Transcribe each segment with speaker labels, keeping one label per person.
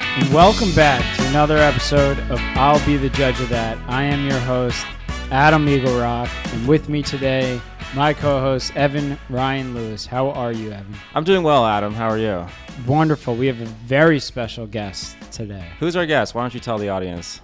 Speaker 1: And welcome back to another episode of I'll Be the Judge of That. I am your host, Adam Eagle Rock, and with me today, my co host, Evan Ryan Lewis. How are you, Evan?
Speaker 2: I'm doing well, Adam. How are you?
Speaker 1: Wonderful. We have a very special guest today.
Speaker 2: Who's our guest? Why don't you tell the audience?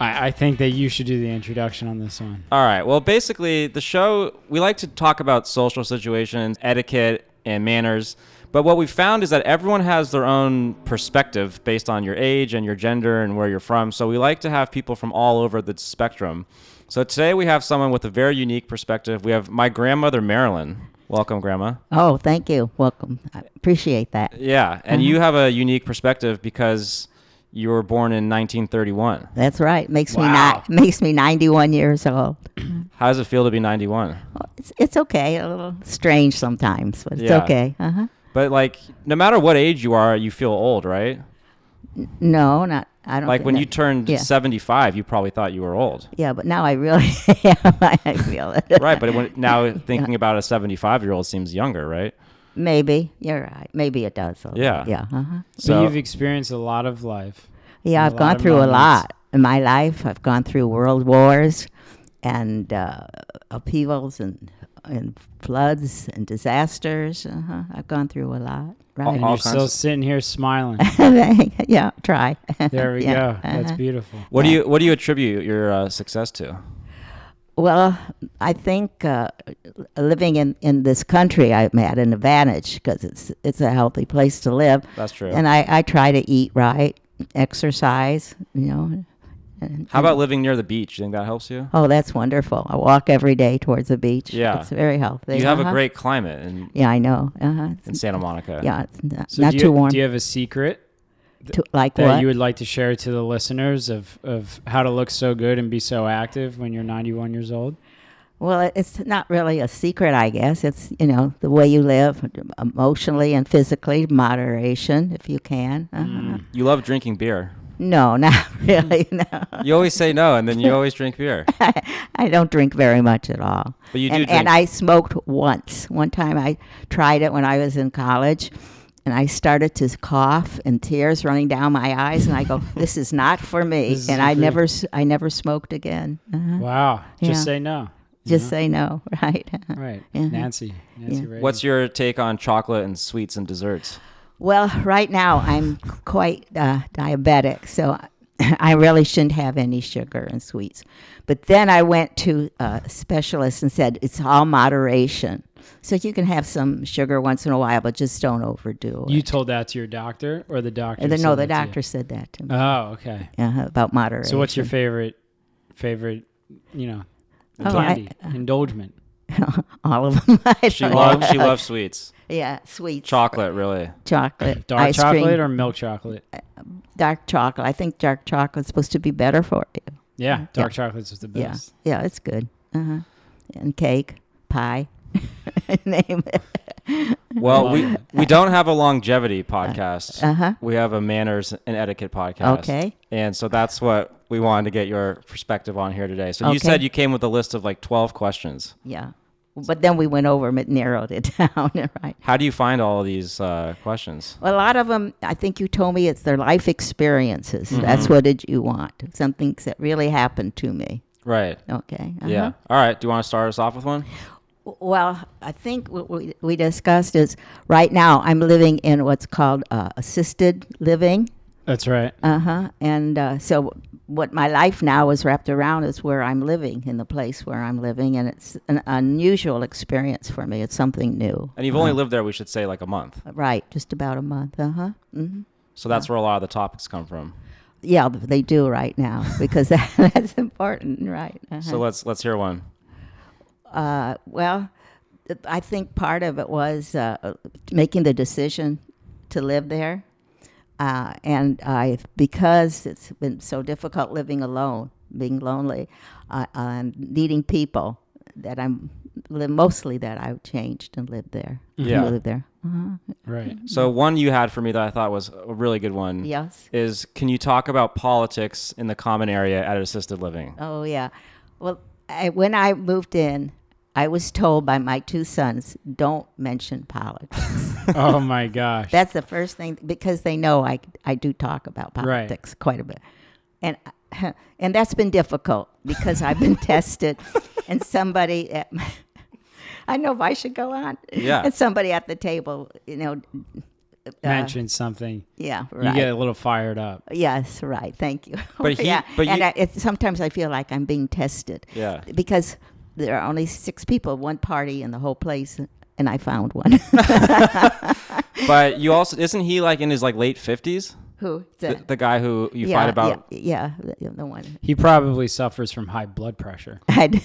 Speaker 1: I, I think that you should do the introduction on this one.
Speaker 2: All right. Well, basically, the show, we like to talk about social situations, etiquette, and manners. But what we found is that everyone has their own perspective based on your age and your gender and where you're from. So we like to have people from all over the spectrum. So today we have someone with a very unique perspective. We have my grandmother, Marilyn. Welcome, Grandma.
Speaker 3: Oh, thank you. Welcome. I appreciate that.
Speaker 2: Yeah. And you have a unique perspective because you were born in 1931.
Speaker 3: That's right. Makes me
Speaker 1: Wow.
Speaker 3: not makes me 91 years old.
Speaker 2: How does it feel to be 91?
Speaker 3: Well, It's it's okay. A little strange sometimes, but it's
Speaker 2: Yeah.
Speaker 3: okay. Uh-huh.
Speaker 2: But like, no matter what age you are, you feel old, right?
Speaker 3: No, not I don't
Speaker 2: Like
Speaker 3: think
Speaker 2: when
Speaker 3: that-
Speaker 2: you turned
Speaker 3: yeah.
Speaker 2: 75, you probably thought you were old,
Speaker 3: Yeah, but now I really am. I feel it.
Speaker 2: right? But when, now thinking about a 75 year old seems younger, right?
Speaker 3: Maybe. You're right. Maybe it does. a little.
Speaker 2: Yeah.
Speaker 3: Yeah. Uh-huh.
Speaker 1: So,
Speaker 2: So-
Speaker 1: you've experienced a lot of life.
Speaker 3: Yeah,
Speaker 1: A
Speaker 3: I've
Speaker 1: lot
Speaker 3: gone
Speaker 1: of
Speaker 3: through a
Speaker 1: moments.
Speaker 3: lot in my life. I've gone through world wars and uh, upheavals and and floods and disasters. Uh-huh. I've gone through a lot. Right.
Speaker 1: And
Speaker 2: All
Speaker 1: you're
Speaker 2: kinds
Speaker 1: still
Speaker 2: of-
Speaker 1: sitting here smiling.
Speaker 3: yeah, try.
Speaker 1: There we
Speaker 3: Yeah. Uh-huh.
Speaker 1: go. That's beautiful.
Speaker 2: What do you What do you attribute your uh, success to?
Speaker 3: Well, I think uh, living in, in this country, I'm at an advantage because it's it's a healthy place to live,
Speaker 2: That's true.
Speaker 3: and I, I try to eat right, exercise, you know. and-
Speaker 2: How about living near the beach? You think that helps you?
Speaker 3: Oh, that's wonderful. I walk every day towards the beach.
Speaker 2: Yeah.
Speaker 3: It's very healthy.
Speaker 2: You have a
Speaker 3: Uh-huh.
Speaker 2: great climate in,
Speaker 3: Yeah, I know. Uh-huh. It's-
Speaker 2: in Santa Monica.
Speaker 3: Yeah, it's not,
Speaker 1: So
Speaker 3: not
Speaker 1: do you,
Speaker 3: too warm.
Speaker 1: Do you have a secret
Speaker 3: too, like
Speaker 1: that
Speaker 3: what?
Speaker 1: you would like to share to the listeners of, of how to look so good and be so active when you're 91 years old?
Speaker 3: Mm-hmm. Well, it- it's not really a secret, I guess. It's, you know, the way you live emotionally and physically, moderation, if you can. Uh-huh.
Speaker 2: You love drinking beer.
Speaker 3: No, not really. No.
Speaker 2: You always say no, and then you always drink beer.
Speaker 3: I don't drink very much at all.
Speaker 2: But you do
Speaker 3: and,
Speaker 2: drink.
Speaker 3: and I smoked once. One time I tried it when I was in college. And I started to cough and tears running down my eyes, and I go, "This is not for me."
Speaker 1: This isn't
Speaker 3: and I
Speaker 1: for you.
Speaker 3: never, s- I never smoked again. Uh-huh.
Speaker 1: Wow. Just
Speaker 3: Yeah.
Speaker 1: say no.
Speaker 3: Just say no, right?
Speaker 1: Right.
Speaker 3: Mhm.
Speaker 1: Nancy. Nancy Reagan.
Speaker 2: What's your take on chocolate and sweets and desserts?
Speaker 3: Well, right now I'm quite uh, diabetic, so I really shouldn't have any sugar and sweets. But then I went to a specialist and said it's all moderation. So you can have some sugar once in a while, but just don't overdo it.
Speaker 1: you told that to your doctor or the doctor?
Speaker 3: and then,
Speaker 1: said
Speaker 3: no, Uh, the
Speaker 1: that to
Speaker 3: doctor said that to
Speaker 1: you?
Speaker 3: me
Speaker 1: Oh, okay.
Speaker 3: uh, about moderation.
Speaker 1: So what's your favorite favorite, you know,
Speaker 3: Oh, I-
Speaker 1: candy, indulgement?
Speaker 3: all of them? I
Speaker 2: She
Speaker 3: don't know.
Speaker 2: loves she loves sweets,
Speaker 3: yeah, sweets,
Speaker 2: chocolate really.
Speaker 3: chocolate,
Speaker 1: Dark
Speaker 3: uh, ice
Speaker 1: chocolate
Speaker 3: cream,
Speaker 1: or milk chocolate?
Speaker 3: dark chocolate. I think dark chocolate's supposed to be better for you.
Speaker 1: Yeah, dark chocolates is the best.
Speaker 3: Yeah, yeah, it's good. Uh-huh. And cake, pie, name it.
Speaker 2: Well, we
Speaker 1: Love
Speaker 2: we don't have a longevity
Speaker 3: Uh,
Speaker 2: podcast.
Speaker 3: uh-huh.
Speaker 2: We have a manners and etiquette podcast.
Speaker 3: Okay.
Speaker 2: And so that's what we wanted to get your perspective on here today. So you
Speaker 3: Okay.
Speaker 2: said you came with a list of like 12 questions.
Speaker 3: Yeah. But then we went over 'em, it narrowed it down, right?
Speaker 2: How do you find all of these uh, questions?
Speaker 3: Well, a lot of them, I think you told me it's their life experiences. That's what did you want? Some things that really happened to me.
Speaker 2: Right.
Speaker 3: Okay. uh-huh.
Speaker 2: Yeah. All right. Do you want to start us off with one?
Speaker 3: W- Well, I think what we, we discussed is right now I'm living in what's called uh, assisted living.
Speaker 1: That's right.
Speaker 3: Uh huh. And uh, so, what my life now is wrapped around is where I'm living, in the place where I'm living, and it's an unusual experience for me. It's something new.
Speaker 2: And you've only lived there, we should say, like a month.
Speaker 3: Right, just about a month. Uh huh. hmm
Speaker 2: So that's where a lot of the topics come from.
Speaker 3: Yeah, but they do right now because that, that's important, right? Uh-huh. Mm-hmm.
Speaker 2: So let's let's hear one.
Speaker 3: Uh, well, th- I think part of it was uh, making the decision to live there, uh, and I because it's been so difficult living alone, being lonely, uh, and needing people that I'm li- mostly that I changed and lived there.
Speaker 2: Yeah.
Speaker 3: lived there. Uh-huh.
Speaker 1: Right.
Speaker 2: So one you had for me that I thought was a really good one.
Speaker 3: Yes.
Speaker 2: Is can you talk about politics in the common area at assisted living?
Speaker 3: Oh yeah. Well, I, when I moved in, I was told by my two sons, don't mention politics.
Speaker 1: oh my gosh.
Speaker 3: That's the first thing because they know I, I do talk about
Speaker 1: Right.
Speaker 3: politics quite a bit. And and that's been difficult because I've been tested and somebody at my, I know if I should go on.
Speaker 2: Yeah.
Speaker 3: And somebody at the table, you know, uh,
Speaker 1: Mention something.
Speaker 3: yeah,
Speaker 1: You
Speaker 3: right.
Speaker 1: get a little fired up.
Speaker 3: Yes, right. Thank you.
Speaker 2: But he-
Speaker 3: yeah,
Speaker 2: but
Speaker 3: and
Speaker 2: you-
Speaker 3: I, it, sometimes I feel like I'm being tested.
Speaker 2: Yeah.
Speaker 3: because there are only six people, one party in the whole place, and I found one.
Speaker 2: But you also isn't he like in his like late fifties?
Speaker 3: Who
Speaker 2: The, the guy who you
Speaker 3: yeah,
Speaker 2: fight about.
Speaker 3: Yeah, yeah, the, the one
Speaker 1: He probably suffers from high blood pressure.
Speaker 3: I did,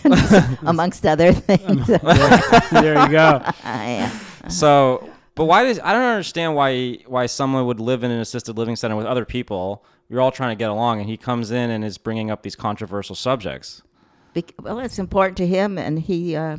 Speaker 3: amongst other things. uh,
Speaker 1: there you go.
Speaker 3: yeah.
Speaker 2: So, but why does I don't understand why why someone would live in an assisted living center with other people? You're all trying to get along, and he comes in and is bringing up these controversial subjects.
Speaker 3: Bec- well, it's important to him, and he uh,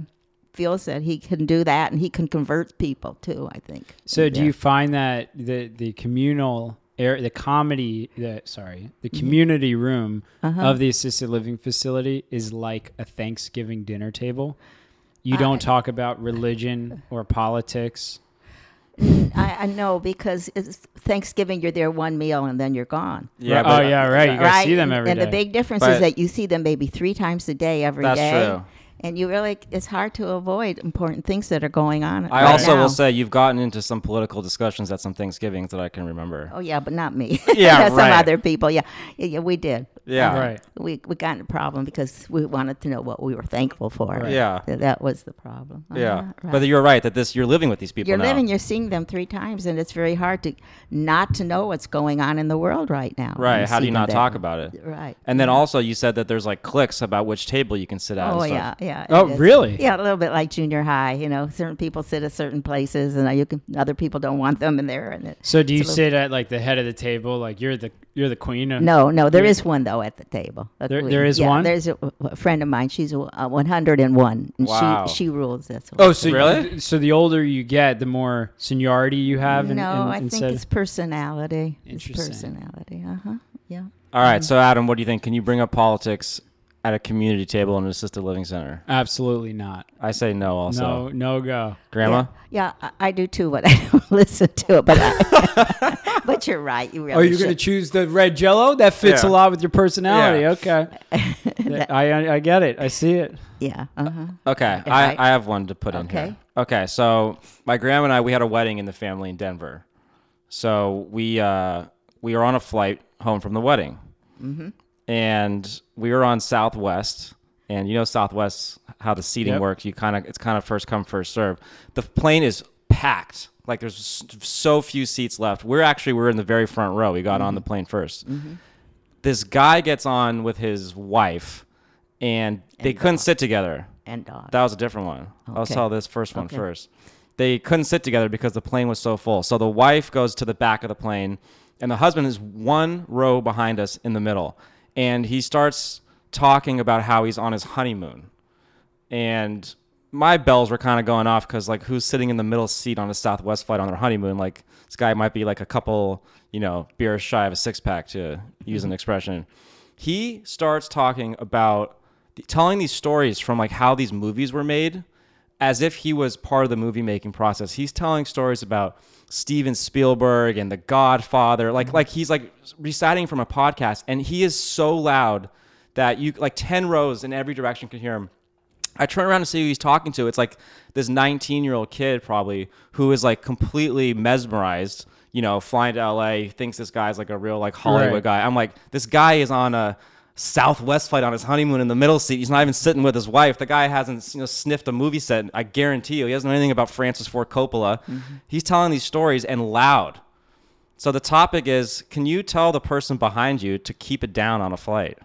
Speaker 3: feels that he can do that, and he can convert people too. I think.
Speaker 1: So do you find that the the communal air, the comedy, the sorry, the community room
Speaker 3: Uh-huh.
Speaker 1: of the assisted living facility is like a Thanksgiving dinner table? You don't talk about religion or politics.
Speaker 3: I, I know because it's Thanksgiving, you're there one meal, and then you're gone.
Speaker 1: Right- oh yeah, right. You guys see them every day.
Speaker 3: and the big difference
Speaker 2: But-
Speaker 3: is that you see them maybe three times a day every day.
Speaker 2: That's true.
Speaker 3: And you really, it's hard to avoid important things that are going on.
Speaker 2: I
Speaker 3: right
Speaker 2: also
Speaker 3: now.
Speaker 2: will say you've gotten into some political discussions at some Thanksgivings that I can remember.
Speaker 3: Oh yeah, but not me.
Speaker 2: Yeah,
Speaker 3: some
Speaker 2: right.
Speaker 3: other people. Yeah, yeah, yeah, we did.
Speaker 2: Yeah.
Speaker 1: right.
Speaker 3: We we got in a problem because we wanted to know what we were thankful for.
Speaker 2: Yeah.
Speaker 3: Th- that was the problem.
Speaker 2: Yeah.
Speaker 3: Uh-huh, right.
Speaker 2: But you're right that this you're living with these people
Speaker 3: you're
Speaker 2: now.
Speaker 3: living, you're seeing them three times, and it's very hard to not to know what's going on in the world right now. when
Speaker 2: right. How do
Speaker 3: see
Speaker 2: you
Speaker 3: them
Speaker 2: not
Speaker 3: there.
Speaker 2: talk about it?
Speaker 3: Right.
Speaker 2: And then also you said that there's like clicks about which table you can sit at.
Speaker 3: Oh
Speaker 2: and stuff.
Speaker 3: yeah, yeah. it
Speaker 1: Oh,
Speaker 3: is.
Speaker 1: really?
Speaker 3: Yeah, a little bit like junior high. You know, certain people sit at certain places, and you can, other people don't want them in there. And it,
Speaker 1: So do you
Speaker 3: It's a little-
Speaker 1: sit at like the head of the table, like you're the you're the queen? Of,
Speaker 3: no, no, there is one though at the table. a
Speaker 1: There-
Speaker 3: queen.
Speaker 1: there is
Speaker 3: Yeah,
Speaker 1: one?
Speaker 3: There's a, a friend of mine. She's a, a 101, and
Speaker 2: Wow.
Speaker 3: she she rules this. one.
Speaker 1: Oh, so you-
Speaker 2: Really?
Speaker 1: so the older you get, the more seniority you have. in-
Speaker 3: no,
Speaker 1: in-
Speaker 3: I think
Speaker 1: instead-
Speaker 3: it's personality.
Speaker 1: Interesting.
Speaker 3: It's personality. Uh huh. Yeah.
Speaker 2: All right. So Adam, what do you think? Can you bring up politics at a community table in an assisted living center?
Speaker 1: absolutely not.
Speaker 2: I say no.
Speaker 1: No,
Speaker 2: Also,
Speaker 1: no go.
Speaker 2: Grandma.
Speaker 3: Yeah, yeah I, I do too, but I don't listen to it. But I, but you're right. You really
Speaker 1: Oh, you're
Speaker 3: should.
Speaker 1: going to choose the red jello? That fits
Speaker 2: Yeah.
Speaker 1: a lot with your personality.
Speaker 2: Yeah.
Speaker 1: Okay. Th- I, I I get it. I see it.
Speaker 3: Yeah. Uh huh.
Speaker 2: Okay,
Speaker 3: Yeah,
Speaker 2: I,
Speaker 3: right.
Speaker 2: I have one to put in
Speaker 3: Okay.
Speaker 2: here. Okay, so my grandma and I we had a wedding in the family in Denver, so we uh, we were on a flight home from the wedding, Mm-hmm. and we were on Southwest, and you know Southwest how the seating
Speaker 1: Yep.
Speaker 2: works. You kind of it's kind of first come first serve. The plane is packed. Like there's s- so few seats left. We're actually we're in the very front row. We got on the plane 1st This guy gets on with his wife, and uh, they couldn't sit together.
Speaker 3: And dog.
Speaker 2: That was a different one. I'll
Speaker 3: Okay.
Speaker 2: tell this first one
Speaker 3: Okay.
Speaker 2: first. They couldn't sit together because the plane was so full. So the wife goes to the back of the plane, and the husband is one row behind us in the middle. And he starts talking about how he's on his honeymoon. And my bells were kind of going off because, like, who's sitting in the middle seat on a Southwest flight on their honeymoon? Like, this guy might be like a couple, you know, beers shy of a six pack to use an expression. He starts talking about th- telling these stories from like how these movies were made as if he was part of the movie making process. He's telling stories about Steven Spielberg and The Godfather, like like he's like reciting from a podcast, and he is so loud that you like ten rows in every direction can hear him. I turn around and see who he's talking to. It's like this 19 year old kid probably who is like completely mesmerized. You know, flying to LA, thinks this guy's like a real like Hollywood
Speaker 1: Right.
Speaker 2: guy. I'm like, this guy is on a Southwest flight on his honeymoon in the middle seat. He's not even sitting with his wife. The guy hasn't you know sniffed a movie set. I guarantee you, he doesn't know anything about Francis Ford Coppola. He's telling these stories and loud. So the topic is, can you tell the person behind you to keep it down on a flight?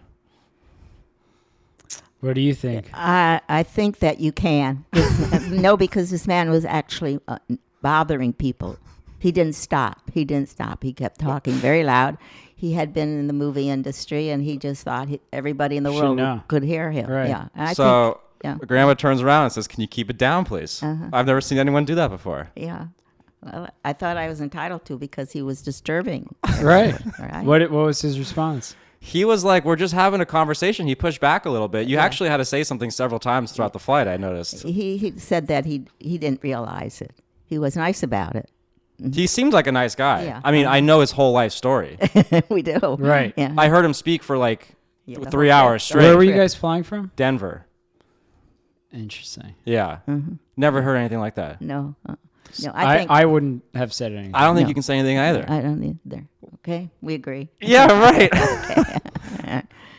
Speaker 1: What do you think?
Speaker 3: I I think that you can. This- no, because this man was actually uh, bothering people. He didn't stop. He didn't stop. He kept talking very loud. He had been in the movie industry, and he just thought he, everybody in the
Speaker 1: Should
Speaker 3: world
Speaker 1: know.
Speaker 3: could hear him.
Speaker 1: Right.
Speaker 3: Yeah. And I
Speaker 2: so
Speaker 3: think- yeah. Uh-huh.
Speaker 2: grandma turns around and says, "Can you keep it down, please?" I've never seen anyone do that before.
Speaker 3: think. Yeah. Well, I thought I was entitled to because he was disturbing.
Speaker 1: Right.
Speaker 3: Right.
Speaker 1: What What was his response?
Speaker 2: He was like, "We're just having a conversation." He pushed back a little bit. You actually had to say something several times throughout the flight. I noticed.
Speaker 3: He, he said that he he didn't realize it. He was nice about it.
Speaker 2: He seemed like a nice guy.
Speaker 3: mm-hmm. Yeah.
Speaker 2: I mean, I know his whole life story.
Speaker 3: we do.
Speaker 1: Right.
Speaker 3: Yeah.
Speaker 2: I heard him speak for like
Speaker 3: Yeah,
Speaker 2: th-
Speaker 3: the
Speaker 2: three
Speaker 3: whole
Speaker 2: hours
Speaker 3: trip.
Speaker 2: straight.
Speaker 1: Where were you guys flying from?
Speaker 2: Denver.
Speaker 1: Interesting.
Speaker 2: Yeah.
Speaker 3: Mm-hmm.
Speaker 2: Never heard anything like that.
Speaker 3: no. uh, no. I
Speaker 1: I,
Speaker 3: think
Speaker 1: I, wouldn't have said anything.
Speaker 2: I don't think
Speaker 3: No.
Speaker 2: you can say anything either.
Speaker 3: I don't either. Okay, we agree.
Speaker 2: yeah, right.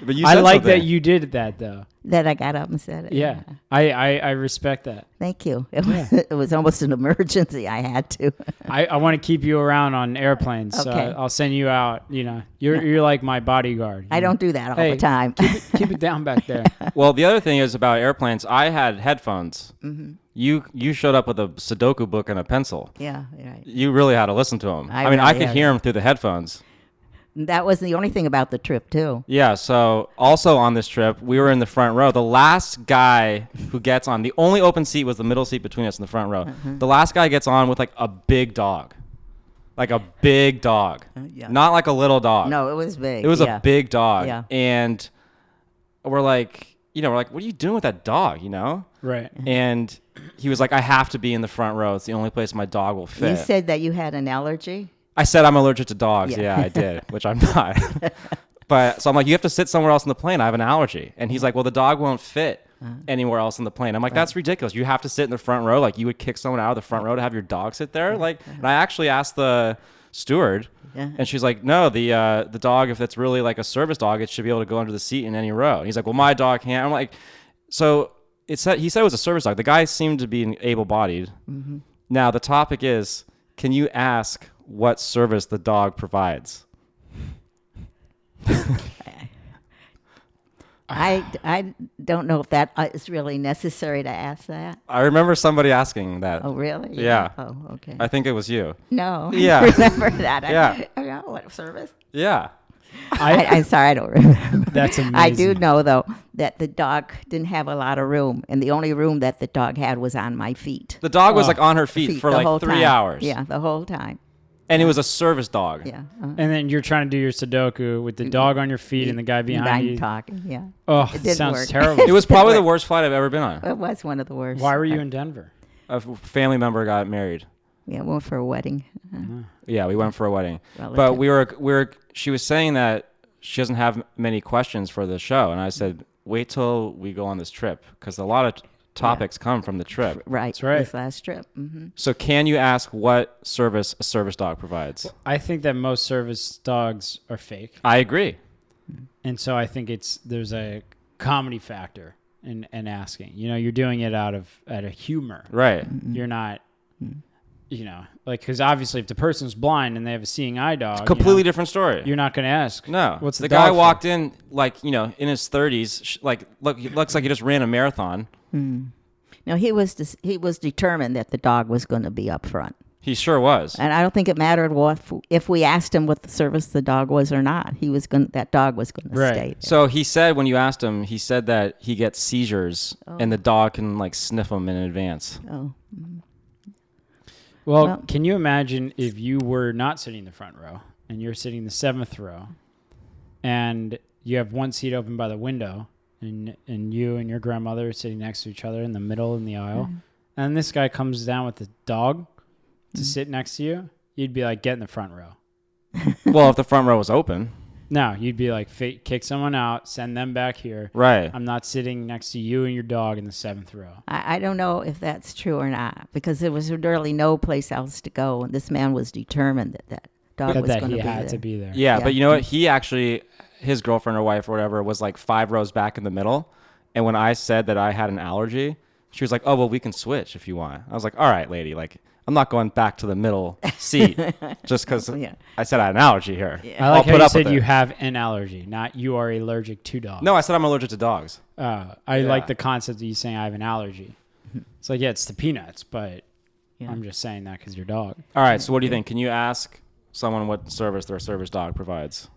Speaker 2: but you.
Speaker 1: I
Speaker 2: said
Speaker 1: like that
Speaker 2: something.
Speaker 1: you did that though.
Speaker 3: That I got up and said it.
Speaker 1: Yeah, I, I, I respect that.
Speaker 3: Thank you. It was, it was almost an emergency. I had to.
Speaker 1: I, I want to keep you around on airplanes, so
Speaker 3: Okay.
Speaker 1: I, will send you out. You know, you're you're like my bodyguard.
Speaker 3: I don't do that all
Speaker 1: Hey,
Speaker 3: the time.
Speaker 1: keep it down back there.
Speaker 2: Well, the other thing is about airplanes. I had headphones.
Speaker 3: Mm-hmm.
Speaker 2: You you showed up with a Sudoku book and a pencil.
Speaker 3: yeah, right.
Speaker 2: You really had to listen to them. I,
Speaker 3: I
Speaker 2: mean, I
Speaker 3: really
Speaker 2: could
Speaker 3: had
Speaker 2: hear them through the headphones.
Speaker 3: That was the only thing about the trip too.
Speaker 2: Yeah. So also on this trip, we were in the front row. The last guy who gets on, the only open seat was the middle seat between us in the front row.
Speaker 3: Mm-hmm.
Speaker 2: The last guy gets on with like a big dog, like a big dog,
Speaker 3: Uh, yeah.
Speaker 2: not like a little
Speaker 1: Uh,
Speaker 2: dog.
Speaker 3: No, it was big.
Speaker 2: It was
Speaker 3: yeah.
Speaker 2: a big dog.
Speaker 3: Yeah.
Speaker 2: And we're like, you know, we're like, what are you doing with that dog? You know?
Speaker 1: Right.
Speaker 3: Mm-hmm.
Speaker 2: And he was like, I have to be in the front row. It's the only place my dog will fit.
Speaker 3: You said that you had an allergy.
Speaker 2: I said I'm allergic to dogs. Yeah,
Speaker 3: Yeah.
Speaker 2: I did, which I'm not. but so I'm like, you have to sit somewhere else in the plane. I have an allergy. And he's like, well, the dog won't fit
Speaker 3: Uh-huh.
Speaker 2: anywhere else in the plane. I'm like, that's ridiculous. You have to sit in the front row. Like, you would kick someone out of the front row to have your dog sit there. Like, and I actually asked the steward.
Speaker 3: Yeah.
Speaker 2: And she's like, no, the uh, the dog, if it's really like a service dog, it should be able to go under the seat in any row. And he's like, well, my dog can't. I'm like, so it said he said it was a service dog. The guy seemed to be able-bodied.
Speaker 3: Mm-hmm.
Speaker 2: Now the topic is, can you ask what service the dog provides?
Speaker 3: I, I don't know if that uh, is really necessary to ask that.
Speaker 2: I remember somebody asking that.
Speaker 3: Oh, really?
Speaker 2: Yeah.
Speaker 3: Oh,
Speaker 1: Uh,
Speaker 3: okay.
Speaker 2: I think it was you.
Speaker 3: no. I
Speaker 2: Yeah.
Speaker 3: remember that. I-
Speaker 2: Yeah.
Speaker 3: I, don't know what service.
Speaker 2: Yeah.
Speaker 3: I,
Speaker 1: I,
Speaker 3: I'm sorry, I don't remember.
Speaker 1: That's
Speaker 3: I do
Speaker 1: amazing.
Speaker 3: know though that the dog didn't have a lot of room, and the only room that the dog had was on my feet.
Speaker 2: The dog was
Speaker 1: Oh.
Speaker 2: like on her feet, for
Speaker 3: the
Speaker 2: like
Speaker 3: whole
Speaker 2: three
Speaker 3: time.
Speaker 2: hours.
Speaker 3: Yeah, the whole time.
Speaker 2: And it was a service dog.
Speaker 3: Yeah. Uh,
Speaker 1: and then you're trying to do your Sudoku with the dog on your feet and the guy behind
Speaker 3: nine
Speaker 1: you.
Speaker 3: talking. Yeah.
Speaker 1: Oh,
Speaker 3: It
Speaker 1: it
Speaker 3: didn't
Speaker 1: sounds
Speaker 3: work.
Speaker 2: It
Speaker 1: terrible.
Speaker 2: was probably the worst flight I've ever been on.
Speaker 3: It was one of the worst.
Speaker 1: Why were you in Denver?
Speaker 2: A f- family member got married.
Speaker 3: Yeah, one for a wedding. Uh,
Speaker 2: Yeah, we went for a wedding. But
Speaker 3: Relative.
Speaker 2: we were we were she was saying that she doesn't have many questions for the show and I said, "Wait till we go on this trip cuz a lot of t- topics come from the trip."
Speaker 3: Right.
Speaker 1: That's right.
Speaker 3: This last trip. hmm
Speaker 2: So can you ask what service a service dog provides?
Speaker 1: I think that most service dogs are fake,
Speaker 2: I agree.
Speaker 1: and so I think it's there's a comedy factor in, in asking. You know, you're doing it out of out of humor.
Speaker 2: Right.
Speaker 3: Mm.
Speaker 1: You're not, you know, like because obviously if the person's blind and they have a seeing eye dog, you know,
Speaker 2: Completely different story.
Speaker 1: you're not going to ask.
Speaker 2: No.
Speaker 1: what's the,
Speaker 2: guy
Speaker 1: dog for?
Speaker 2: walked in like you know in his thirties, sh- like look, he looks like he just ran a marathon.
Speaker 3: No, he was dis- he was determined that the dog was going to be up front,
Speaker 2: He sure was.
Speaker 3: and I don't think it mattered what if we asked him what the service the dog was or not. He was going that dog was going
Speaker 1: Right.
Speaker 3: to stay. there.
Speaker 2: So he said when you asked him, he said that he gets seizures and the dog can like sniff them in advance.
Speaker 3: Oh.
Speaker 1: Well,
Speaker 3: Well-
Speaker 1: can you imagine if you were not sitting in the front row and you're sitting in the seventh row and you have one seat open by the window and and you and your grandmother are sitting next to each other in the middle in the aisle
Speaker 3: Mm-hmm.
Speaker 1: and this guy comes down with the dog to sit next to you, you'd be like, get in the front row.
Speaker 2: well, if the front row was open,
Speaker 1: No, you'd be like, "Fa- kick someone out, send them back here.
Speaker 2: right?
Speaker 1: I'm not sitting next to you and your dog in the seventh row.
Speaker 3: I, I don't know if that's true or not because there was really no place else to go, and this man was determined that that dog
Speaker 1: That,
Speaker 3: was
Speaker 1: that
Speaker 3: going
Speaker 1: he
Speaker 3: to be
Speaker 1: had
Speaker 3: there.
Speaker 1: to be there.
Speaker 2: yeah,
Speaker 3: Yeah.
Speaker 2: but you know what? He actually, his girlfriend or wife or whatever, was like five rows back in the middle. And when I said that I had an allergy, she was like, "Oh well, we can switch if you want." I was like, "All right, lady, like." I'm not going back to the middle seat just because
Speaker 3: Yeah.
Speaker 2: I said I had an allergy here.
Speaker 1: I like
Speaker 2: I'll
Speaker 1: how
Speaker 2: put
Speaker 1: you
Speaker 2: up with
Speaker 1: said you
Speaker 2: it.
Speaker 1: have an allergy, not you are allergic to dogs.
Speaker 2: No, I said I'm allergic to dogs.
Speaker 1: Uh, I
Speaker 2: Yeah.
Speaker 1: like the concept of you saying I have an allergy. It's like, yeah, it's the peanuts, but
Speaker 3: Yeah.
Speaker 1: I'm just saying that because your dog.
Speaker 2: All right, so what do you think? Can you ask someone what service their service dog provides?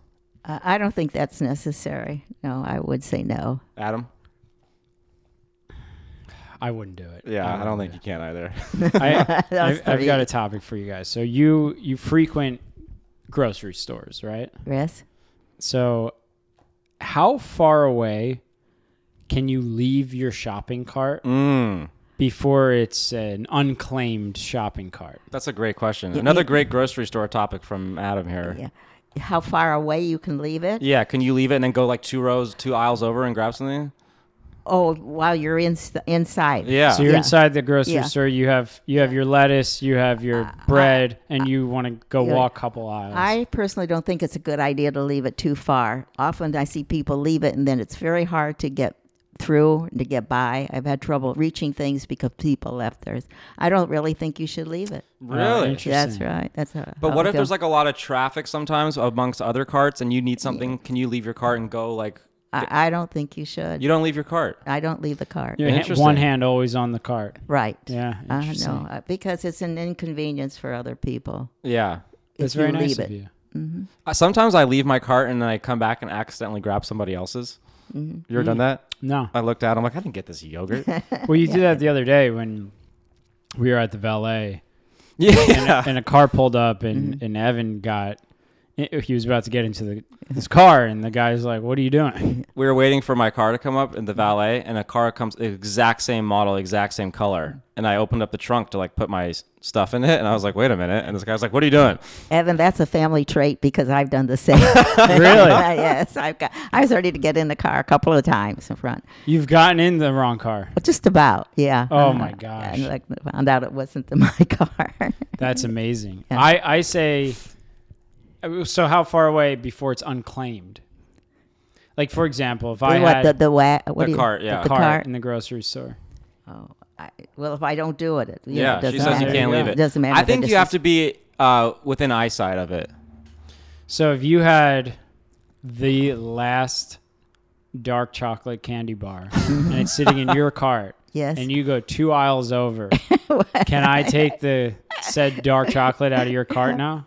Speaker 3: Uh, I don't think that's necessary. No, I would say no.
Speaker 2: Adam?
Speaker 1: I wouldn't do it.
Speaker 2: Yeah, I don't think
Speaker 1: wouldn't
Speaker 2: you can either.
Speaker 1: do it. I,
Speaker 3: That's
Speaker 1: I've, I've
Speaker 3: three.
Speaker 1: got a topic for you guys. So you you frequent grocery stores, right?
Speaker 3: Yes.
Speaker 1: So how far away can you leave your shopping cart
Speaker 2: Mm,
Speaker 1: before it's an unclaimed shopping cart?
Speaker 2: that's a great question.
Speaker 3: Yeah,
Speaker 2: Another
Speaker 3: yeah.
Speaker 2: great grocery store topic from Adam here. Yeah.
Speaker 3: Yeah. How far away you can leave it?
Speaker 2: can you leave it and then go like two rows, two aisles over and grab something?
Speaker 3: Oh, while you're in, inside.
Speaker 2: Yeah.
Speaker 1: So you're
Speaker 3: Yeah.
Speaker 1: inside the grocery
Speaker 3: Yeah. Uh,
Speaker 1: store. You have you have your lettuce, you have your bread, and you want to go
Speaker 3: yeah.
Speaker 1: walk a couple aisles.
Speaker 3: I personally don't think it's a good idea to leave it too far. Often I see people leave it and then it's very hard to get through and to get by. I've had trouble reaching things because people left theirs. I don't really think you should leave it.
Speaker 1: Uh,
Speaker 2: really?
Speaker 1: interesting.
Speaker 3: That's right. That's how,
Speaker 2: But
Speaker 3: how
Speaker 2: what
Speaker 3: I
Speaker 2: if there's
Speaker 3: feel.
Speaker 2: like a lot of traffic sometimes amongst other carts and you need something? Can you leave your cart and go like
Speaker 3: I, I don't think you should.
Speaker 2: you don't leave your cart?
Speaker 3: I don't leave the cart.
Speaker 1: Your hand,
Speaker 2: Interesting.
Speaker 1: one hand always on the cart.
Speaker 3: Right.
Speaker 1: Yeah,
Speaker 3: I
Speaker 1: interesting.
Speaker 3: know uh, because it's an inconvenience for other people.
Speaker 2: Yeah.
Speaker 1: That's
Speaker 3: if
Speaker 1: very
Speaker 3: you
Speaker 1: nice
Speaker 3: leave
Speaker 1: of
Speaker 3: it.
Speaker 1: you.
Speaker 2: Uh, Sometimes I leave my cart and then I come back and accidentally grab somebody else's.
Speaker 1: Mm-hmm.
Speaker 2: You ever done that?
Speaker 1: No,
Speaker 2: I looked at. I'm like, I didn't get this yogurt.
Speaker 1: well, you did that the other day when we were at the valet,
Speaker 2: yeah.
Speaker 1: and a car pulled up, and
Speaker 3: Mm-hmm.
Speaker 1: and Evan got. He was about to get into the, his car, and the guy's like, "What are you doing?"
Speaker 2: we were waiting for my car to come up in the valet, and a car comes the exact same model, exact same color. And I opened up the trunk to like put my s- stuff in it, and I was like, wait a minute. And this guy's like, what are you doing?
Speaker 3: Evan, that's a family trait because I've done the same. really? yes, I've got. I was ready to get in the car a couple of times in front.
Speaker 1: You've gotten in the wrong car.
Speaker 3: Just about, yeah. Uh-huh.
Speaker 1: Oh, my
Speaker 3: Yeah,
Speaker 1: gosh.
Speaker 3: And like found out it wasn't the, my car.
Speaker 1: That's
Speaker 3: Mm-hmm.
Speaker 1: amazing. I I say, uh, so how far away before it's unclaimed? Like for example, if I
Speaker 3: what
Speaker 1: had
Speaker 3: the the wa- what
Speaker 2: The
Speaker 3: do you-
Speaker 2: cart, yeah.
Speaker 1: a
Speaker 3: the
Speaker 1: cart
Speaker 3: cart.
Speaker 1: in the grocery store,
Speaker 3: Oh, I, well, if I don't do it, it you know,
Speaker 2: Yeah,
Speaker 3: doesn't
Speaker 2: she says you
Speaker 3: matter.
Speaker 2: can't leave it.
Speaker 3: Doesn't matter.
Speaker 2: I
Speaker 3: the
Speaker 2: think you have to
Speaker 3: distance.
Speaker 2: be uh, within eyesight of it.
Speaker 1: so if you had the last dark chocolate candy bar and it's sitting in your cart,
Speaker 3: Mm-hmm. Yes.
Speaker 1: and you go two aisles over, can I take the said dark chocolate out of your cart now?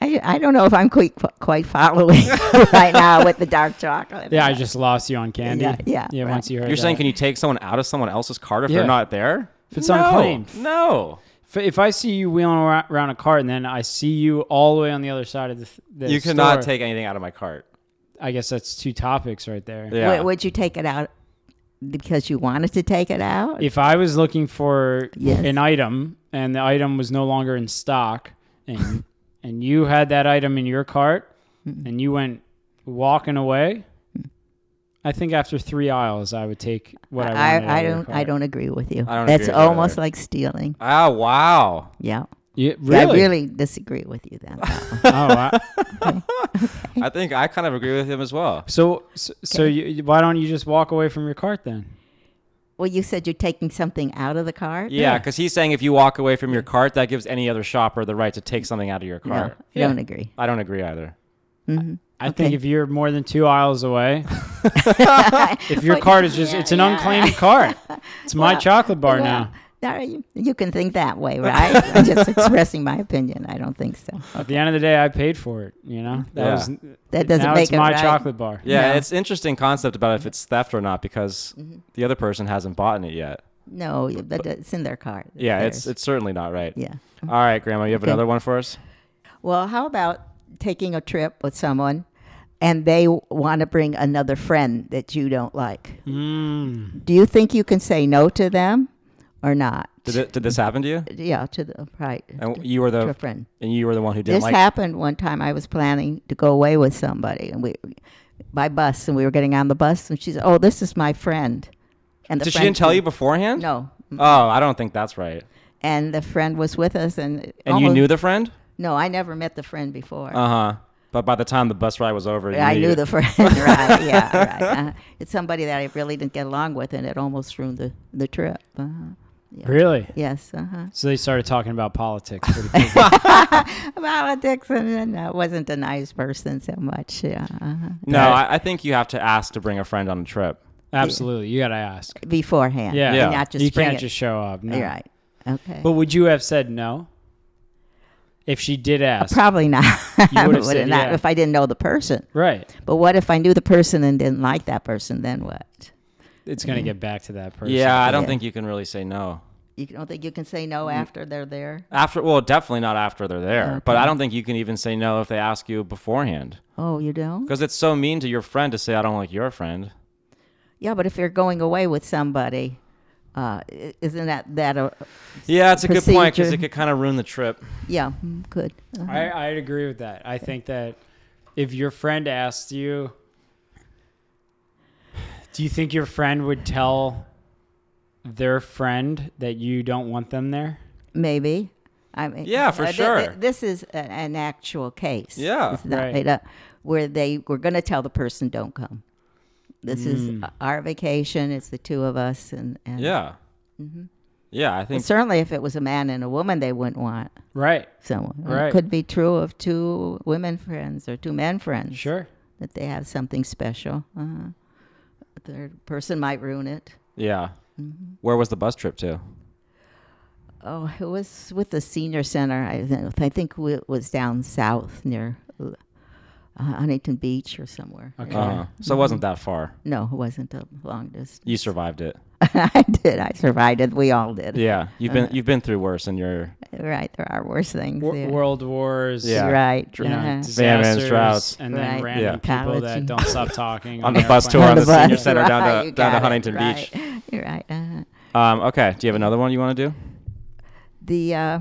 Speaker 3: I, I don't know if I'm quite quite following right now with the dark chocolate.
Speaker 1: Yeah, I just lost you on candy.
Speaker 3: Yeah, yeah,
Speaker 1: yeah.
Speaker 3: right.
Speaker 1: Once you heard,
Speaker 2: You're saying,
Speaker 1: that.
Speaker 2: can you take someone out of someone else's cart if
Speaker 1: Yeah.
Speaker 2: they're not there? If
Speaker 1: it's
Speaker 2: no,
Speaker 1: unclaimed.
Speaker 2: No.
Speaker 1: If, if I see you wheeling ar- around a cart and then I see you all the way on the other side of the, th- the
Speaker 2: you cannot
Speaker 1: store,
Speaker 2: take anything out of my cart.
Speaker 1: I guess that's two topics right there.
Speaker 2: Yeah.
Speaker 3: Would- would you take it out because you wanted to take it out?
Speaker 1: If I was looking for
Speaker 3: Yes.
Speaker 1: an item and the item was no longer in stock, and and you had that item in your cart, and you went walking away, I think after three aisles, I would take what I wanted.
Speaker 3: I,
Speaker 1: out of
Speaker 3: I
Speaker 1: your
Speaker 3: don't I
Speaker 1: cart.
Speaker 3: don't agree with you.
Speaker 2: I don't
Speaker 3: That's
Speaker 2: agree with you
Speaker 3: almost
Speaker 2: either.
Speaker 3: like stealing.
Speaker 2: Ah, wow.
Speaker 3: Yeah.
Speaker 1: Yeah,
Speaker 3: Yeah,
Speaker 1: really?
Speaker 3: I really disagree with you then.
Speaker 1: oh, I,
Speaker 2: I think I kind of agree with him as well.
Speaker 1: so so, so you, why don't you just walk away from your cart then?
Speaker 3: well, you said you're taking something out of the cart.
Speaker 2: Yeah, because he's saying if you walk away from your cart, that gives any other shopper the right to take something out of your
Speaker 3: No,
Speaker 2: cart.
Speaker 3: I
Speaker 1: Yeah.
Speaker 3: don't agree.
Speaker 2: I don't agree either.
Speaker 1: I
Speaker 3: Okay.
Speaker 1: think if you're more than two aisles away, if your cart is just, it's an unclaimed cart. It's my chocolate bar now.
Speaker 3: Now you, you can think that way, right? I'm just expressing my opinion. I don't think so.
Speaker 1: At the end of the day, I paid for it. You know, that
Speaker 2: Yeah.
Speaker 1: was
Speaker 3: That doesn't
Speaker 1: now
Speaker 3: make
Speaker 1: it's
Speaker 3: it
Speaker 1: my
Speaker 3: right.
Speaker 1: chocolate bar.
Speaker 2: Yeah,
Speaker 3: No.
Speaker 2: it's interesting concept about if it's theft or not because
Speaker 3: Mm-hmm.
Speaker 2: the other person hasn't bought it yet.
Speaker 3: No, you- that, it's in their cart. It's
Speaker 2: Yeah,
Speaker 3: theirs.
Speaker 2: it's it's certainly not right.
Speaker 3: yeah.
Speaker 2: All right, Grandma, you have
Speaker 3: Okay.
Speaker 2: another one for us?
Speaker 3: Well, how about taking a trip with someone, and they want to bring another friend that you don't like?
Speaker 1: Mm.
Speaker 3: Do you think you can say no to them, or not?
Speaker 2: Did, it, did this happen to you?
Speaker 3: yeah, to the right
Speaker 2: And you were
Speaker 1: uh,
Speaker 3: to a
Speaker 2: the
Speaker 3: friend.
Speaker 2: and you were the one who didn't
Speaker 3: This
Speaker 2: like.
Speaker 3: happened one time. I was planning to go away with somebody, and we by bus, and we were getting on the bus, and she said, "Oh, this is my friend." And the
Speaker 2: Did she
Speaker 3: friend
Speaker 2: didn't tell you beforehand?
Speaker 3: No.
Speaker 2: Oh, I don't think that's right.
Speaker 3: And the friend was with us, and
Speaker 2: And you knew the friend?
Speaker 3: No, I never met the friend before.
Speaker 2: Uh huh. But by the time the bus ride was over, you
Speaker 3: I knew
Speaker 2: you-
Speaker 3: the friend, right? Yeah, right. Uh, it's somebody that I really didn't get along with, and it almost ruined the the trip. Uh-huh.
Speaker 1: Really?
Speaker 3: Yes. Uh huh.
Speaker 1: So they started talking about politics. pretty quickly.
Speaker 3: Politics, and then I wasn't a nice person so much. Yeah. Uh-huh.
Speaker 2: No, I, I think you have to ask to bring a friend on a trip.
Speaker 1: Absolutely, you got to ask.
Speaker 3: Beforehand.
Speaker 1: Yeah,
Speaker 3: And not just
Speaker 1: you
Speaker 3: bring
Speaker 1: can't
Speaker 3: it.
Speaker 1: just show up. No.
Speaker 3: You're right. Okay.
Speaker 1: But would you have said no if she did ask?
Speaker 3: Uh, Probably not.
Speaker 1: would've
Speaker 3: I would've
Speaker 1: said,
Speaker 3: not
Speaker 1: yeah.
Speaker 3: if I didn't know the person.
Speaker 1: right.
Speaker 3: But what if I knew the person and didn't like that person? Then what? Mm.
Speaker 1: It's gonna get back to that person.
Speaker 2: Yeah, I don't
Speaker 3: Yeah.
Speaker 2: think you can really say no.
Speaker 3: You don't think you can say
Speaker 2: Mm.
Speaker 3: no after they're there?
Speaker 2: After, well, definitely not after they're there. But I don't think you can even say no if they ask you beforehand,
Speaker 3: Oh, you don't?
Speaker 2: because it's so mean to your friend to say I don't like your friend.
Speaker 3: Yeah, but if you're going away with somebody, uh, i- isn't that that a
Speaker 2: Yeah, it's a good point because it
Speaker 3: Procedure.
Speaker 2: could kind of ruin the trip.
Speaker 3: yeah? mm, Good. Uh,
Speaker 1: I, I'd agree with that. I think that if your friend asked you, do you think your friend would tell their friend that you don't want them there?
Speaker 3: Maybe. I mean,
Speaker 2: Yeah, for
Speaker 3: uh, th- th-
Speaker 2: sure.
Speaker 3: this is an, an actual case.
Speaker 2: Yeah.
Speaker 3: it's not
Speaker 1: Right.
Speaker 3: made up. Where they were going to tell the person, "Don't come." This is our vacation. It's the two of us, and, and
Speaker 2: Mm. Yeah.
Speaker 3: Mm-hmm.
Speaker 2: Yeah, I think.
Speaker 3: certainly if it was a man and a woman, they wouldn't want
Speaker 1: Right.
Speaker 3: someone. And
Speaker 1: Right.
Speaker 3: It could be true of two women friends or two men friends.
Speaker 1: Sure.
Speaker 3: that they have something special. Uh, the third person might ruin it.
Speaker 2: Yeah.
Speaker 3: Mm-hmm.
Speaker 2: Where was the bus trip to?
Speaker 3: Oh, it was with the senior center. I think, I think we- it was down south near uh, Huntington Beach or somewhere.
Speaker 1: Okay.
Speaker 2: Uh, so it wasn't that far.
Speaker 3: No, it wasn't a long distance.
Speaker 2: You survived it.
Speaker 3: I did. I survived it. We all did.
Speaker 2: Yeah, you've been you've been through worse, and you're
Speaker 3: Right. There are worse things.
Speaker 1: Wor-
Speaker 3: yeah.
Speaker 1: World wars.
Speaker 2: Yeah.
Speaker 3: Right.
Speaker 1: You know,
Speaker 3: uh-huh.
Speaker 1: disasters,
Speaker 2: droughts.
Speaker 1: and then
Speaker 3: Right.
Speaker 1: random
Speaker 2: Yeah.
Speaker 1: people that
Speaker 3: College.
Speaker 1: don't stop talking
Speaker 2: On the bus
Speaker 1: airplanes.
Speaker 2: tour on the
Speaker 3: bus,
Speaker 2: senior center down to-
Speaker 3: right, you
Speaker 2: down to
Speaker 3: got it,
Speaker 2: Huntington
Speaker 3: right.
Speaker 2: Beach.
Speaker 3: You're right. Uh-huh.
Speaker 2: um, okay. Do you have another one you want to do?
Speaker 3: The uh,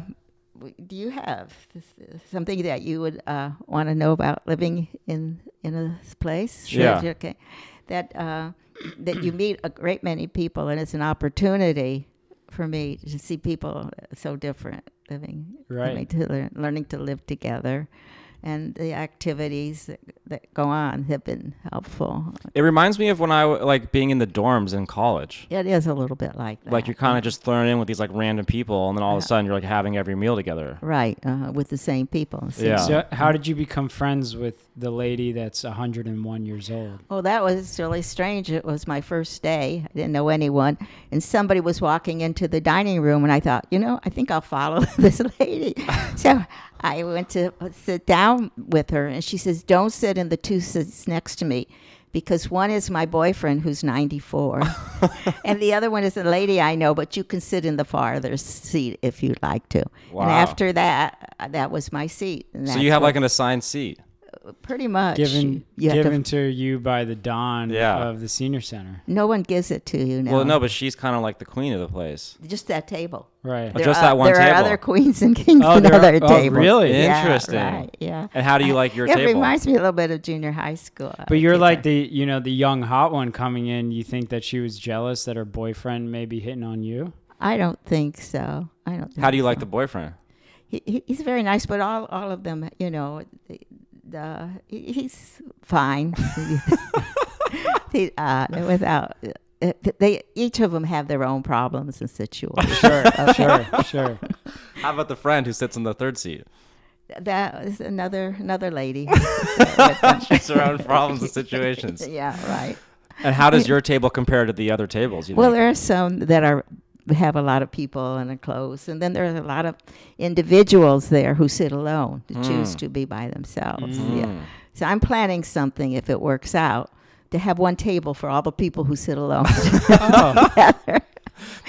Speaker 3: w- do you have this- uh, something that you would uh, want to know about living in in a s- place?
Speaker 2: Sure. Yeah.
Speaker 3: Okay. That uh, that you meet a great many people, and it's an opportunity for me to see people so different living,
Speaker 1: Right.
Speaker 3: living to learn, learning to live together, and the activities that, that go on have been helpful.
Speaker 2: It reminds me of when I w- like being in the dorms in college.
Speaker 3: It is a little bit like that.
Speaker 2: Like you're kind of just thrown in with these like random people, and then all of a sudden you're like having every meal together.
Speaker 3: right uh, with the same people. So
Speaker 2: Yeah.
Speaker 1: So how did you become friends with the lady that's 101 years old?
Speaker 3: Oh, that was really strange. It was my first day. I didn't know anyone. And somebody was walking into the dining room, and I thought, you know, I think I'll follow this lady. so I went to sit down with her, and she says, Don't sit in the two seats next to me because one is my boyfriend who's 94, and the other one is a lady I know, but you can sit in the farther seat if you'd like to.
Speaker 2: Wow.
Speaker 3: And after that, that was my seat. And
Speaker 2: So
Speaker 3: that's
Speaker 2: you have
Speaker 3: what-
Speaker 2: like an assigned seat.
Speaker 3: pretty much
Speaker 1: Given
Speaker 3: Uh, you have to-
Speaker 1: given to, you by the don
Speaker 2: Yeah.
Speaker 1: of the senior center.
Speaker 3: no one gives it to you now.
Speaker 2: Well, no, but she's kind of like the queen of the place.
Speaker 3: just that table.
Speaker 1: Right.
Speaker 2: There- Oh, just that one
Speaker 3: there
Speaker 2: table.
Speaker 3: are other queens and kings
Speaker 1: Oh,
Speaker 3: and
Speaker 1: there are-
Speaker 3: other
Speaker 1: oh,
Speaker 3: tables.
Speaker 1: really?
Speaker 3: Yeah,
Speaker 2: Interesting.
Speaker 3: right, yeah.
Speaker 2: And how do you like your
Speaker 3: Uh, it
Speaker 2: table?
Speaker 3: reminds me a little bit of junior high school.
Speaker 1: But you're like the you know the young hot one coming in. You think that she was jealous that her boyfriend may be hitting on you?
Speaker 3: I don't think so. I don't. Think
Speaker 2: how do you
Speaker 3: so.
Speaker 2: like the boyfriend?
Speaker 3: He- He, he's very nice, but all all of them, you know, the, the he- he's fine. he, uh, without. uh, They each of them have their own problems and situations.
Speaker 1: Sure, sure, sure.
Speaker 2: How about the friend who sits in the third seat?
Speaker 3: That was another another lady.
Speaker 2: She's her own problems and situations.
Speaker 3: yeah, right.
Speaker 2: And how does your table compare to the other tables? You
Speaker 3: Well,
Speaker 2: think?
Speaker 3: there are some that are have a lot of people and are close, and then there are a lot of individuals there who sit alone, who choose to be by themselves. Yeah. So I'm planning something if it works out to have one table for all the people who sit alone.
Speaker 1: Oh,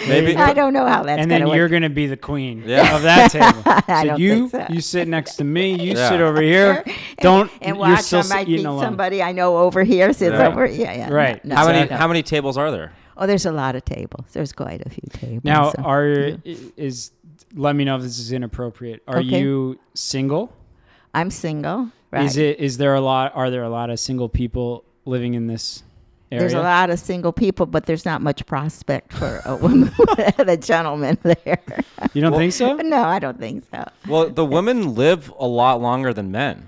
Speaker 2: maybe
Speaker 3: I don't know how that's
Speaker 1: and
Speaker 3: going
Speaker 1: then
Speaker 3: to
Speaker 1: you're
Speaker 3: work.
Speaker 1: gonna be the queen
Speaker 2: Yeah.
Speaker 1: of that table.
Speaker 3: I
Speaker 1: So
Speaker 3: don't
Speaker 1: you
Speaker 3: think so.
Speaker 1: you sit next to me. You
Speaker 2: Yeah.
Speaker 1: sit over here. Don't you're
Speaker 3: and watch,
Speaker 1: still
Speaker 3: I
Speaker 1: s-
Speaker 3: might meet
Speaker 1: eating alone.
Speaker 3: somebody I know over here sits
Speaker 2: Right.
Speaker 3: over. Yeah, yeah. no,
Speaker 1: Right.
Speaker 3: no.
Speaker 2: how many
Speaker 1: Exactly.
Speaker 2: how many tables are there?
Speaker 3: Oh, there's a lot of tables. There's quite a few tables.
Speaker 1: Now,
Speaker 3: so-
Speaker 1: are i- is let me know if this is inappropriate. Are
Speaker 3: Okay.
Speaker 1: you single?
Speaker 3: I'm single. Right.
Speaker 1: Is it is there a lot? Are there a lot of single people living in this area?
Speaker 3: There's a lot of single people, but there's not much prospect for a woman and a gentleman there.
Speaker 1: You don't think so?
Speaker 3: no, I don't think so.
Speaker 2: Well, the women live a lot longer than men.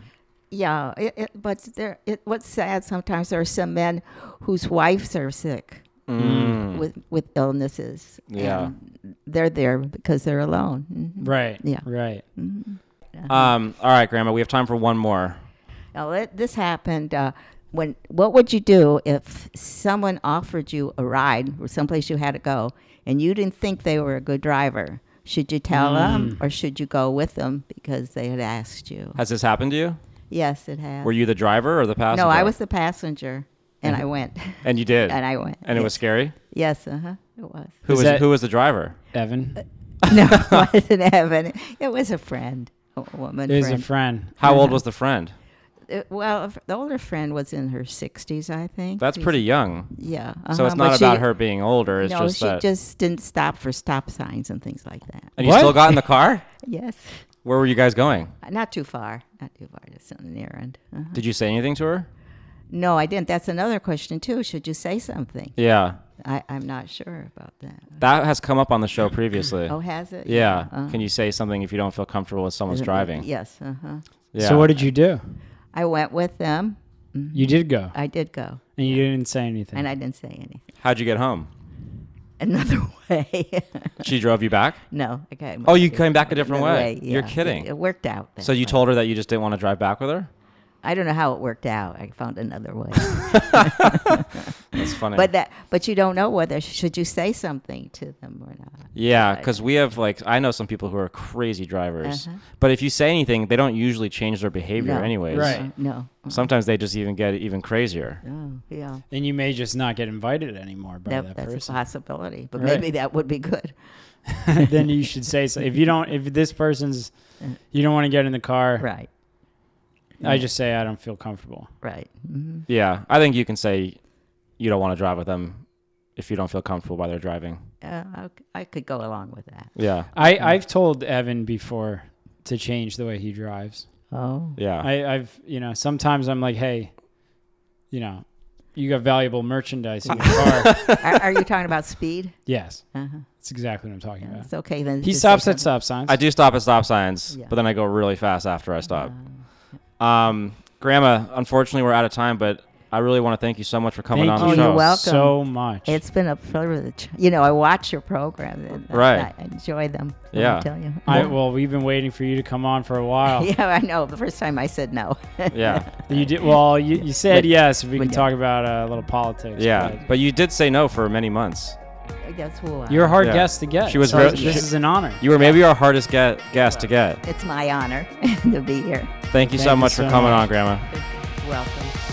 Speaker 3: Yeah, it, it, but there. It, what's sad sometimes there are some men whose wives are sick
Speaker 1: Hmm.
Speaker 3: with with illnesses.
Speaker 2: Yeah.
Speaker 3: and they're there because they're alone. Mhm.
Speaker 1: Right.
Speaker 3: Yeah.
Speaker 1: Right.
Speaker 2: Um, all right, Grandma, we have time for one more.
Speaker 3: Now it, this happened uh, when. What would you do if someone offered you a ride or someplace you had to go, and you didn't think they were a good driver? Should you
Speaker 2: Hmm.
Speaker 3: tell them, or should you go with them because they had asked you?
Speaker 2: Has this happened to you?
Speaker 3: Yes, it has.
Speaker 2: Were you the driver or the passenger? Uh-huh.
Speaker 3: no, I was the passenger, and I went,
Speaker 2: And you did.
Speaker 3: and I went,
Speaker 2: And it was scary.
Speaker 3: yes, uh huh. It was.
Speaker 2: Who
Speaker 1: Is
Speaker 2: was
Speaker 1: that-
Speaker 2: who was the driver?
Speaker 1: Evan.
Speaker 3: No, it wasn't Evan. It was a friend, a woman
Speaker 1: it was
Speaker 3: friend.
Speaker 1: a friend.
Speaker 2: How old
Speaker 3: Uh-huh.
Speaker 2: was the friend?
Speaker 3: Uh, well, if the older friend was in her 60s, I think.
Speaker 2: That's
Speaker 3: She's-
Speaker 2: pretty young.
Speaker 3: Yeah.
Speaker 2: So
Speaker 3: uh-huh,
Speaker 2: it's not
Speaker 3: but
Speaker 2: about
Speaker 3: she-
Speaker 2: her being older. It's
Speaker 3: no,
Speaker 2: just
Speaker 3: she
Speaker 2: that.
Speaker 3: just didn't stop for stop signs and things like that.
Speaker 2: and you
Speaker 1: What?
Speaker 2: still got in the car?
Speaker 3: Yes.
Speaker 2: Where were you guys going?
Speaker 3: Uh, Not too far. Not too far. Just on an errand. Uh-huh.
Speaker 2: Did you say anything to her?
Speaker 3: No, I didn't. That's another question, too. Should you say something?
Speaker 2: Yeah,
Speaker 3: I, I'm not sure about that.
Speaker 2: that has come up on the show previously.
Speaker 3: Oh, has it?
Speaker 2: yeah.
Speaker 3: Uh-huh.
Speaker 2: Can you say something if you don't feel comfortable with someone's
Speaker 3: Isn't it-
Speaker 2: driving?
Speaker 3: Yes. Uh-huh.
Speaker 2: Yeah.
Speaker 1: So what did you do?
Speaker 3: I went with them.
Speaker 1: You did go,
Speaker 3: I did go,
Speaker 1: and you didn't say anything.
Speaker 3: and I didn't say anything.
Speaker 2: How'd you get home?
Speaker 3: Another way.
Speaker 2: She drove you back.
Speaker 3: no. Okay.
Speaker 2: Oh, you came back a different
Speaker 3: another
Speaker 2: way. You're
Speaker 3: yeah.
Speaker 2: kidding.
Speaker 3: It, it worked out. that
Speaker 2: So you
Speaker 3: way.
Speaker 2: told her that you just didn't want to drive back with her.
Speaker 3: I don't know how it worked out. I found another way.
Speaker 2: That's funny.
Speaker 3: but that but you don't know whether should you say something to them or not.
Speaker 2: Yeah, because we have like I know some people who are crazy drivers,
Speaker 3: Uh-huh.
Speaker 2: but if you say anything, they don't usually change their behavior
Speaker 3: No. Uh,
Speaker 2: anyways.
Speaker 1: Right.
Speaker 3: No.
Speaker 2: Sometimes they just even get even crazier.
Speaker 3: Oh, yeah.
Speaker 1: Then you may just not get invited anymore by
Speaker 3: That,
Speaker 1: that,
Speaker 3: that's a
Speaker 1: person.
Speaker 3: possibility, but
Speaker 1: Right.
Speaker 3: maybe that would be good.
Speaker 1: then you should say so. If you don't, if this person's, you don't want to get in the car.
Speaker 3: Right.
Speaker 1: I just say I don't feel comfortable.
Speaker 3: Right. hmm
Speaker 2: Yeah, I think you can say you don't want to drive with them if you don't feel comfortable while they're driving.
Speaker 3: Uh, I, c- I could go along with that.
Speaker 2: Yeah,
Speaker 1: I I've told Evan before to change the way he drives.
Speaker 3: Oh.
Speaker 2: yeah,
Speaker 1: I, I've you know sometimes I'm like, hey, you know, you got valuable merchandise in your car.
Speaker 3: are, are you talking about speed?
Speaker 1: yes,
Speaker 3: Uh-huh.
Speaker 1: that's exactly what I'm talking about.
Speaker 3: It's okay then.
Speaker 1: He
Speaker 3: just
Speaker 1: stops
Speaker 3: say
Speaker 1: at stop signs.
Speaker 2: I do stop at stop signs,
Speaker 3: Yeah.
Speaker 2: but then I go really fast after I stop.
Speaker 3: something.
Speaker 2: Um, Grandma, unfortunately, we're out of time, but I really want to thank you so much for coming
Speaker 1: Thank
Speaker 2: on
Speaker 1: you
Speaker 2: the
Speaker 3: Oh,
Speaker 2: show.
Speaker 3: you're welcome.
Speaker 1: so much.
Speaker 3: It's been a privilege. You know, I watch your program and I-
Speaker 2: Right.
Speaker 3: I enjoy them. let me
Speaker 2: Yeah.
Speaker 3: tell you.
Speaker 1: I, well, we've been waiting for you to come on for a while.
Speaker 3: yeah, I know. The first time I said no.
Speaker 2: Yeah,
Speaker 1: You did well. You, you said
Speaker 3: But-
Speaker 1: yes. We can
Speaker 3: but-
Speaker 1: talk about uh, a little politics.
Speaker 2: yeah, but you did say no for many months.
Speaker 3: That's who I uh,
Speaker 1: but you're a hard
Speaker 2: Yeah.
Speaker 1: guest to get.
Speaker 2: She was
Speaker 1: so
Speaker 2: very-
Speaker 1: this
Speaker 2: she-
Speaker 1: is an honor.
Speaker 2: You were maybe our hardest get, guest to get.
Speaker 3: It's my honor to be here.
Speaker 2: Thank you so
Speaker 1: Thank you
Speaker 2: much
Speaker 1: so
Speaker 2: for coming
Speaker 1: much.
Speaker 2: on, Grandma.
Speaker 3: Welcome.